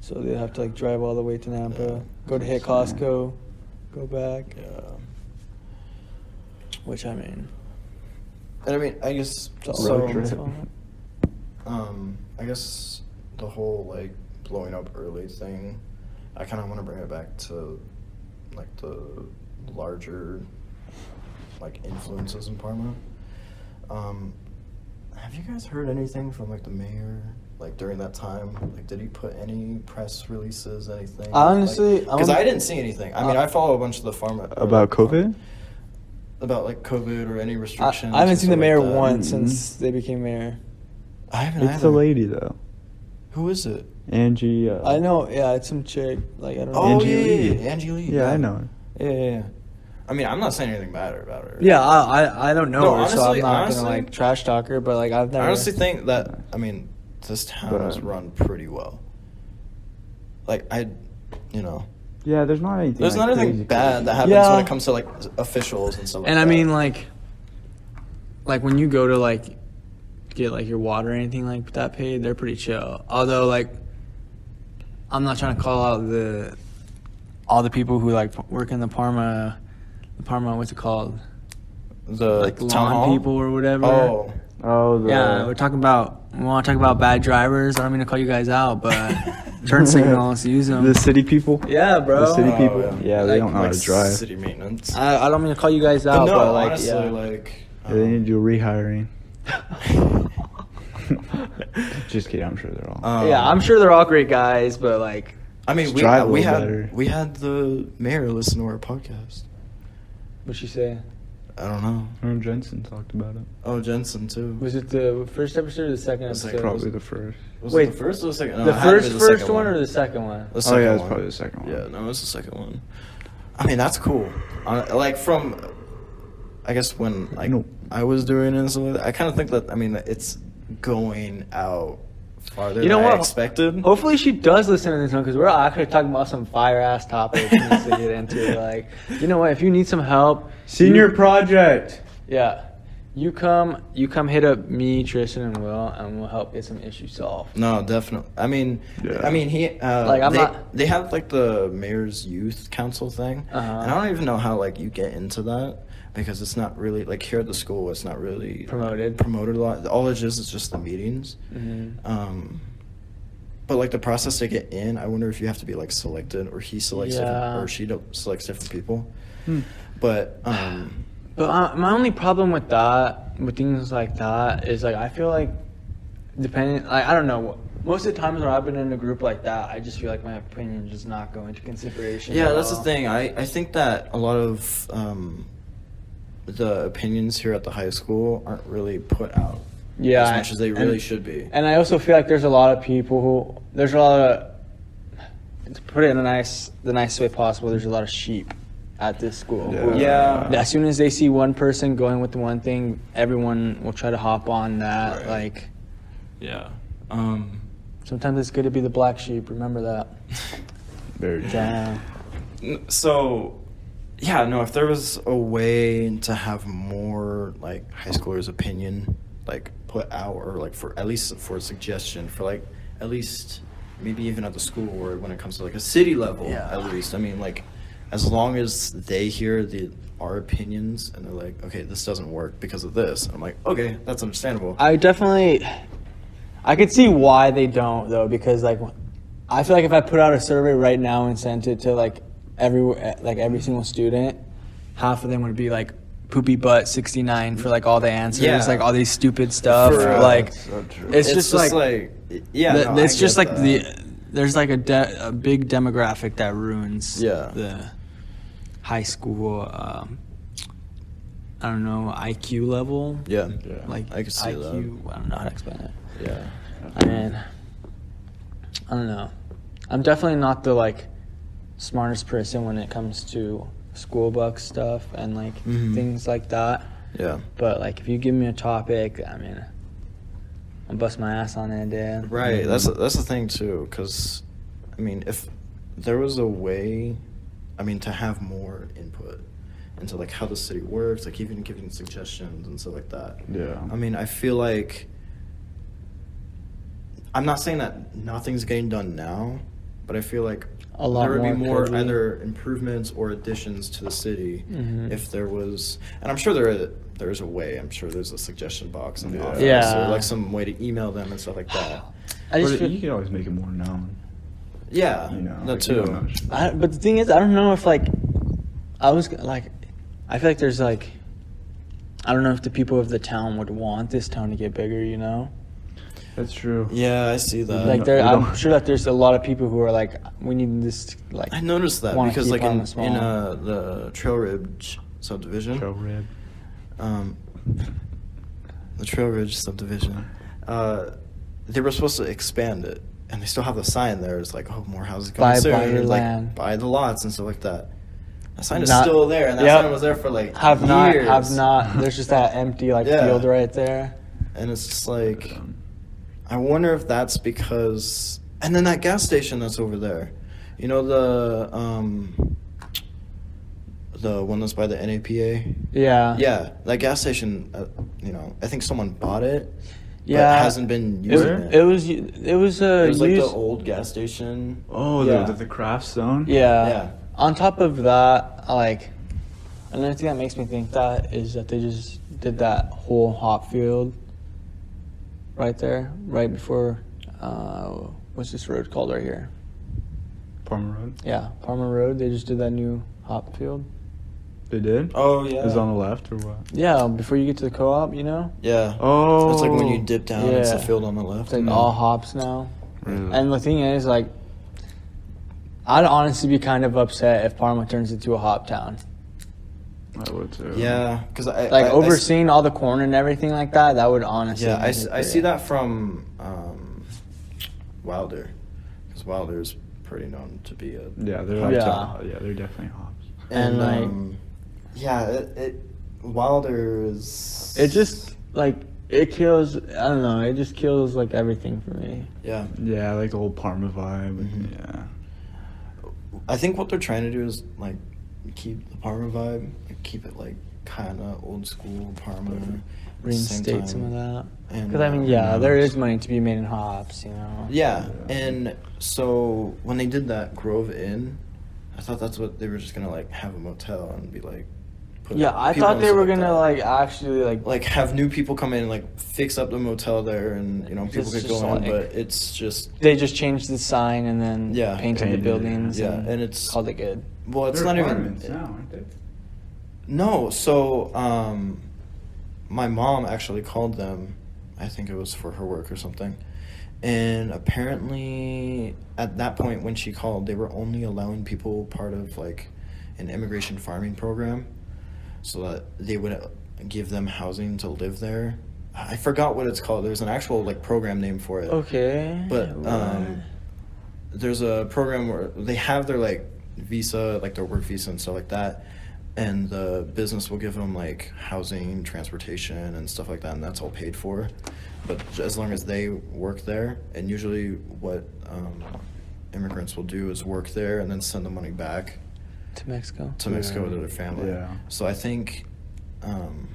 so they have to like drive all the way to Napa, Yeah. go to hit That's insane. Costco, go back. Yeah. Which I mean, And I mean, I guess it's all so. road trip. it's all- Um, I guess the whole like blowing up early thing, I kind of want to bring it back to like the larger like influences in Parma. Um, have you guys heard anything from like the mayor? Like during that time, like did he put any press releases, anything? Honestly, I Uh, because wanna- I didn't see anything. I mean, I follow a bunch of the pharma uh, About COVID? about like COVID or any I, I restrictions. or haven't seen the stuff like mayor that. Mm-hmm. once Mhm. since they became mayor. I haven't. It's the either. lady though, Who is it? Angie. Uh, I know, yeah, it's some chick. Like I don't know. Oh Angie yeah, yeah, Lee. yeah, Angie Lee. Yeah, I know. her. Yeah, yeah, yeah. I mean, I'm not saying anything bad about her. Yeah, uh, I, I I don't know No, her, so I'm honestly- not honestly- gonna like trash talk her, but like uh, I've never. I honestly think that I mean this town But- is run pretty well. Like I, you know, Yeah, there's not anything. there's like, not anything crazy bad crazy. that happens Yeah. when it comes to like officials and stuff. and I like mean that. like, like when you go to like get like your water or anything like that paid, they're pretty chill. Although like, I'm not trying to call out the all the people who like work in the Parma, the Parma what's it called, the like town lawn hall? people or whatever. Oh, Oh, the, Yeah, we're talking about we want to talk about bad drivers. I don't mean to call you guys *laughs* out, but turn signals, use them. the city people. um, yeah, bro. The city Oh, people. yeah. Yeah, they Like- don't know how like to drive. city maintenance. I, I don't mean to call you guys But out, no, but, like, honestly, yeah. like Yeah, they um, need to do *laughs* rehiring. *laughs* Just kidding. I'm sure they're all. um, yeah, I'm sure they're all great guys, but like, I mean, Just we, drive a we little had better. we had the mayor listen to our podcast. what you say? I don't know. I remember Jensen talked about it. Oh, Jensen too. Was it the first episode or the second It's like episode? Probably the first. Was Wait, it the first or the second? No, the it had to be first the first second one, or the second one? The Oh second yeah, it's one. probably the second one. Yeah, no, it's the second one. I mean, that's cool. Hon- like from, I guess when like No. I was doing it, and stuff like that, I kind of think that I mean it's going out farther. You know than I what? expected. Hopefully she does listen to this one because we're actually talking about some fire ass topics we need to get *laughs* into. Like, you know what? If you need some help, Senior project. yeah, you come you come hit up me, Tristan, and Will, and we'll help get some issues solved. No, definitely. I mean, Yeah. I mean he. Uh, Like, I'm they, not- They have like the mayor's youth council thing, Uh-huh. and I don't even know how like you get into that because it's not really like here at the school. It's not really Promoted. Promoted a lot. All it is is just the meetings. Mhm. Um, but like the process to get in, I wonder if you have to be like selected, or he selects, Yeah. Hmm. different, or she do- selects different people. But um, But uh, my only problem with that, with things like that, is like I feel like, depending, like I don't know. Most of the times when I've been in a group like that, I just feel like my opinion does not go into consideration. yeah, at that's the all. thing. I I think that a lot of um, the opinions here at the high school aren't really put out Yeah, as much as they and- really should be. And I also feel like there's a lot of people who there's a lot of to put it in a nice, the nice way possible. There's a lot of sheep at this school. Yeah. That As soon as they see one person going with the one thing, everyone will try to hop on that. Right. Like Yeah. Um, sometimes it's good to be the black sheep. Remember that. Very. Damn. n- so yeah, no, if there was a way to have more like high schoolers' opinion like put out or like for at least for a suggestion for like at least maybe even at the school or when it comes to like a city level Yeah. at least. I mean like as long as they hear the our opinions and they're like, okay, this doesn't work because of this. I'm like, okay, that's understandable. I definitely, I could see why they don't though, because like, I feel like if I put out a survey right now and sent it to like every like every single student, half of them would be like poopy butt sixty nine for like all the answers, Yeah. like all these stupid stuff, For, uh, like so true. it's, just, like, yeah, the- no, I it's just get like that. the there's like a de- a big demographic that ruins Yeah. the high school. Um, I don't know IQ level. yeah, Yeah. Like I can see IQ, I don't know how to explain it. that. Yeah. I mean, I don't know. I'm definitely not the like smartest person when it comes to school book stuff and like Mhm. things like that. Yeah. But like, if you give me a topic, I mean, I'll bust my ass on that, Dad. Right. That's that's the thing too, because I mean, if there was a way, I mean, to have more input into like how the city works, like even giving suggestions and stuff like that. Yeah. I mean, I feel like I'm not saying that nothing's getting done now, but I feel like A lot there would be more more could be. either improvements or additions to the city Mhm. if there was, and I'm sure there there's a way. I'm sure there's a suggestion box in the Yeah. office Yeah. or like some way to email them and stuff like that. *sighs* *sighs* I just But feel- you can always make it more known. Yeah, You know, that like, you too. don't know shit. I, but the thing is, I don't know if like I was like I feel like there's like I don't know if the people of the town would want this town to get bigger. You know, That's true. Yeah, I see that. like no, there, Um, we I'm don't. sure that there's a lot of people who are like, we need this. Like, I noticed that wanna because keep like on in, the small. in uh, the Trail Ridge subdivision, Joe Rib. um, the Trail Ridge subdivision, uh, they were supposed to expand it, and they still have the sign there. It's like, oh, more houses coming Buy- soon, buy your like land. buy the lots and stuff like that. That sign is Not- still there, and that Yep. sign was there for like have not, years. have not. There's just that empty like Yeah. field right there. and it's just But, like. um, I wonder if that's because, and then that gas station that's over there, you know the um, the one that's by the NAPA. Yeah. Yeah, that gas station. Uh, you know, I think someone bought it. Yeah. but hasn't been It, using it. it was it was uh It was like the used- old gas station. oh, Yeah. the, the, the craft zone. Yeah. Yeah. On top of that, like another thing that makes me think that is that they just did that whole hop field right there, right before uh, what's this road called right here? Parma Road. Yeah, Palmer Road. They just did that new hop field. They did. Oh yeah. Is it on the left or what? Yeah, before you get to the co-op, you know, yeah. Oh, It's like when you dip down, it's the Yeah. field on the left. it's like Mm. all hops now. Mm-hmm. Really? And the thing is, like, I'd honestly be kind of upset if Parma turns into a hop town. I would too. Yeah, because I I- I Like s- overseeing all the corn and everything like that, that would honestly. Yeah, I, make s- it I see great. that from um, Wilder, because Wilder's pretty known to be a Yeah, they're uh, Yeah. yeah. yeah, they're definitely hops. And, like- um, yeah, it, it Wilder is It just like it kills. I don't know. It just kills like everything for me. yeah. Yeah, like the whole Parma vibe. Mhm. Yeah. I think what they're trying to do is like keep the Parma vibe, like, keep it like kind of old school Parma. at the same Reinstate time. some of that. And, Because I mean, uh, yeah, no. there is money to be made in hops. You know. Yeah, Yeah. and so when they did that Grove Inn, I thought that's what they were just gonna like have a motel and be like. put Yeah, I people thought and they stuff were gonna that. like actually like like have new people come in and like fix up the motel there and you know people It's could just go in like- but it's just they just changed the sign and then Yeah. painted the Painted it. buildings. yeah and, and it's called it good. well it's They're not even apartments now, aren't they? no so um my mom actually called them i think it was for her work or something and apparently at that point when she called they were only allowing people part of like an immigration farming program so that they would uh, give them housing to live there i forgot what it's called there's an actual like program name for it Okay. But um, what? there's a program where they have their like visa, like their work visa and stuff like that, and the business will give them like housing, transportation, and stuff like that, and that's all paid for. But j- as long as they work there, and usually what um, immigrants will do is work there and then send the money back to Mexico. to Mexico Yeah. to their family. Yeah. So I think. Um,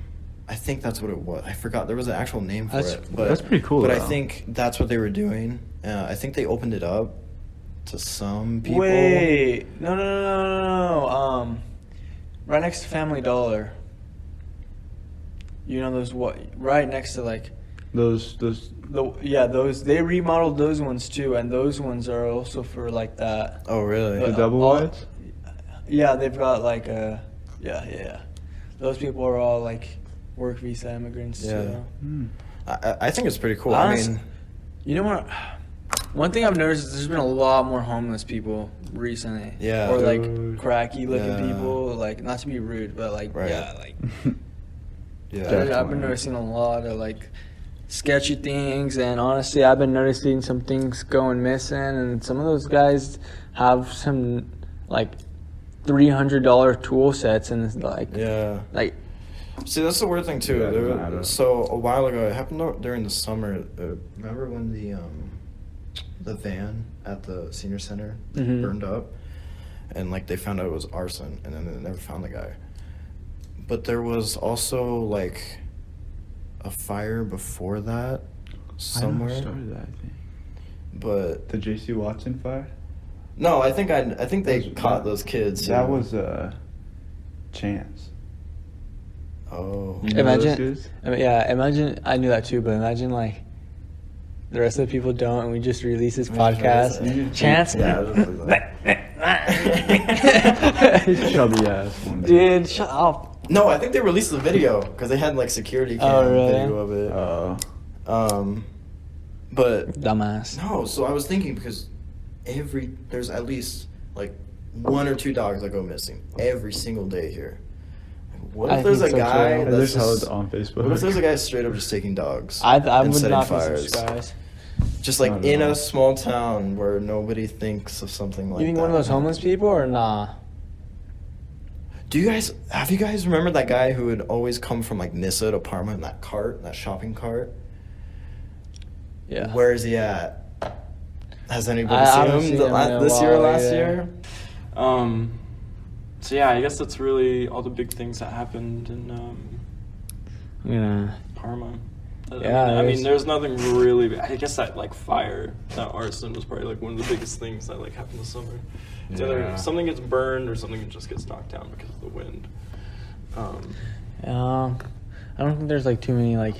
I think that's what it was. I forgot there was an actual name for That's- it, but that's pretty cool, But I though. think that's what they were doing. Uh, I think they opened it up to some people. Wait, no, no, no, no, no. Um, right next to Family Dollar. You know those what? Right next to like Those those the yeah those they remodeled those ones too, and those ones are also for like that. Oh, really? the Uh, double all- wides. Yeah, they've got like uh yeah yeah. yeah. Those people are all like work visa immigrants Yeah. too. Hmm. I- I, I think it's pretty cool. Honest- I mean, You know what? One thing I've noticed is there's been a lot more homeless people recently. Yeah. Or like Dude. cracky looking Yeah. people. Like not to be rude, but like Right. yeah, like yeah, Yeah. I've been Definitely. noticing a lot of like sketchy things, and honestly, I've been noticing some things going missing, and some of those guys have some like three hundred dollar tool sets, and it's like yeah. like See, that's the weird thing too. Yeah, it There doesn't was- add up. so a while ago, it happened dur- during the summer. Uh, remember when the um, the van at the senior center Mhm. burned up, and like they found out it was arson, and then they never found the guy. But there was also like a fire before that I know I somewhere. started that, I think. But The J.C. Watson fire. no, I think I I think they Those- caught that- those kids. That who- was a chance. oh You know those Imagine, dudes? I mean, yeah, imagine. I knew that too, but imagine like the rest of the people don't, and we just release this We just release podcast. it. Chance, Yeah, it was like- His chubby ass. one. dude, shut up. no, I think they released the video because they had like security cam Oh, really? video of it. Uh, Um, but Dumbass. no, so I was thinking because every there's at least like one or two dogs that go missing every single day here. What if I there's a think so, guy? too. and there's That's hella just, on Facebook. what if there's a guy straight up just taking dogs? I, I and would setting not be surprised. Just like Oh, Not at in all. a small town where nobody thinks of something like You think one of that. those homeless people or nah? Do you guys have you guys remember that guy who would always come from like Nissa to Parma in that cart, that shopping cart? Yeah. Where is he at? Has anybody I- I haven't seen him, seen the him la- in a this year or while last either. year? Um, so yeah, I guess that's really all the big things that happened in um, I'm gonna. Parma. I- Yeah, I mean, I it mean, was- there's nothing really. I guess that like fire, that arson was probably like one of the biggest things that like happened this summer. It's Yeah. either something gets burned or something just gets knocked down because of the wind. Um, Um, I don't think there's like too many like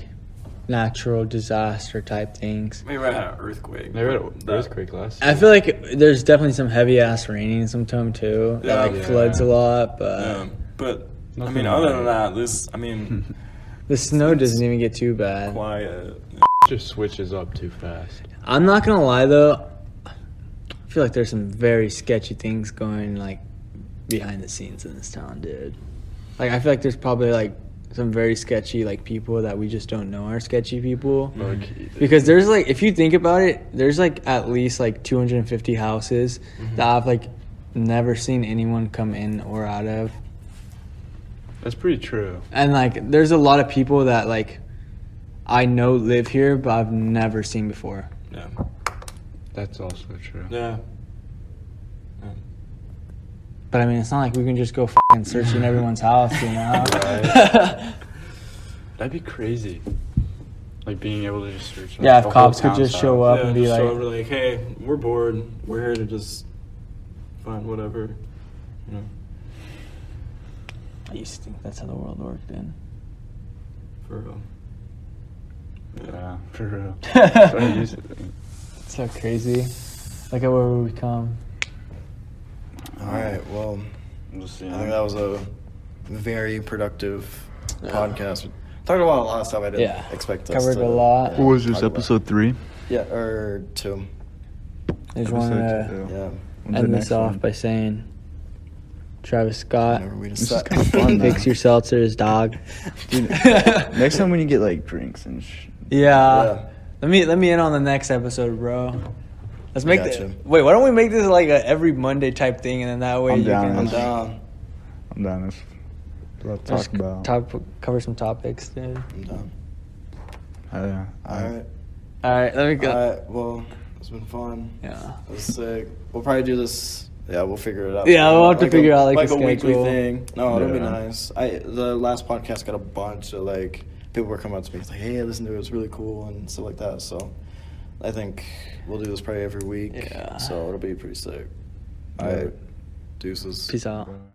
natural disaster type things. maybe I had an earthquake. They had but an that- earthquake last I feel like there's definitely some heavy ass raining sometime too. Yeah. that like Yeah. floods a lot, but Yeah, Um, but I Nothing mean, other bad. than that, this. I mean, the snow doesn't even get too bad. quiet. uh, just switches up too fast. I'm not gonna lie though, I feel like there's some very sketchy things going like behind the scenes in this town, dude. Like I feel like there's probably like some very sketchy like people that we just don't know are sketchy people. Mm-hmm. Because there's like, if you think about it, there's like at least like 250 houses that I've like never seen anyone come in or out of. That's pretty true. And like, there's a lot of people that like I know live here, but I've never seen before. Yeah, That's also true. yeah. But I mean, it's not like we can just go fucking searching everyone's house, you know? That'd be crazy. Like being able to just search. Yeah, like, if the whole cops could town's just show house. up yeah, and be just like, so we're like, hey, we're bored. We're here to just find whatever. You know, I used to think that's how the world worked then. for real. Yeah, *laughs* for real. That's what I it's used to think. so crazy. Look at where we come. All right, well, We'll see. I think that was a very productive podcast. Talked about a lot of stuff I didn't Yeah. expect. us Covered to, a lot. yeah, what was this talk about. episode three? Yeah, or two. There's one Episode to two. Yeah. When's the end next this off one? by saying, Travis Scott, Whenever we is decide. kinda *laughs* fun, though. fix your seltzers, dog. Dude, *laughs* next time when you get like drinks and sh- Yeah. Yeah. Let me let me in on the next episode, bro. Let's make Gotcha. the, wait. Why don't we make this like a every Monday type thing, and then that way I'm you down. can I'm down. I'm down. That's what I'll Let's talk about. top- cover some topics, dude. I'm down. I, uh, All right. All right, let me go. All right. Well, it's been fun. yeah. That's sick. We'll probably do this. Yeah, we'll figure it out. Yeah, we'll have to Like figure a, out, like, a like a weekly schedule. thing. No, it'll be Yeah. nice. I the last podcast got a bunch of like people were coming up to me it's like, hey, listen to it. It's really cool and stuff like that. So I think we'll do this probably every week. Yeah. So it'll be pretty sick. Yeah. All right. Deuces. Peace out.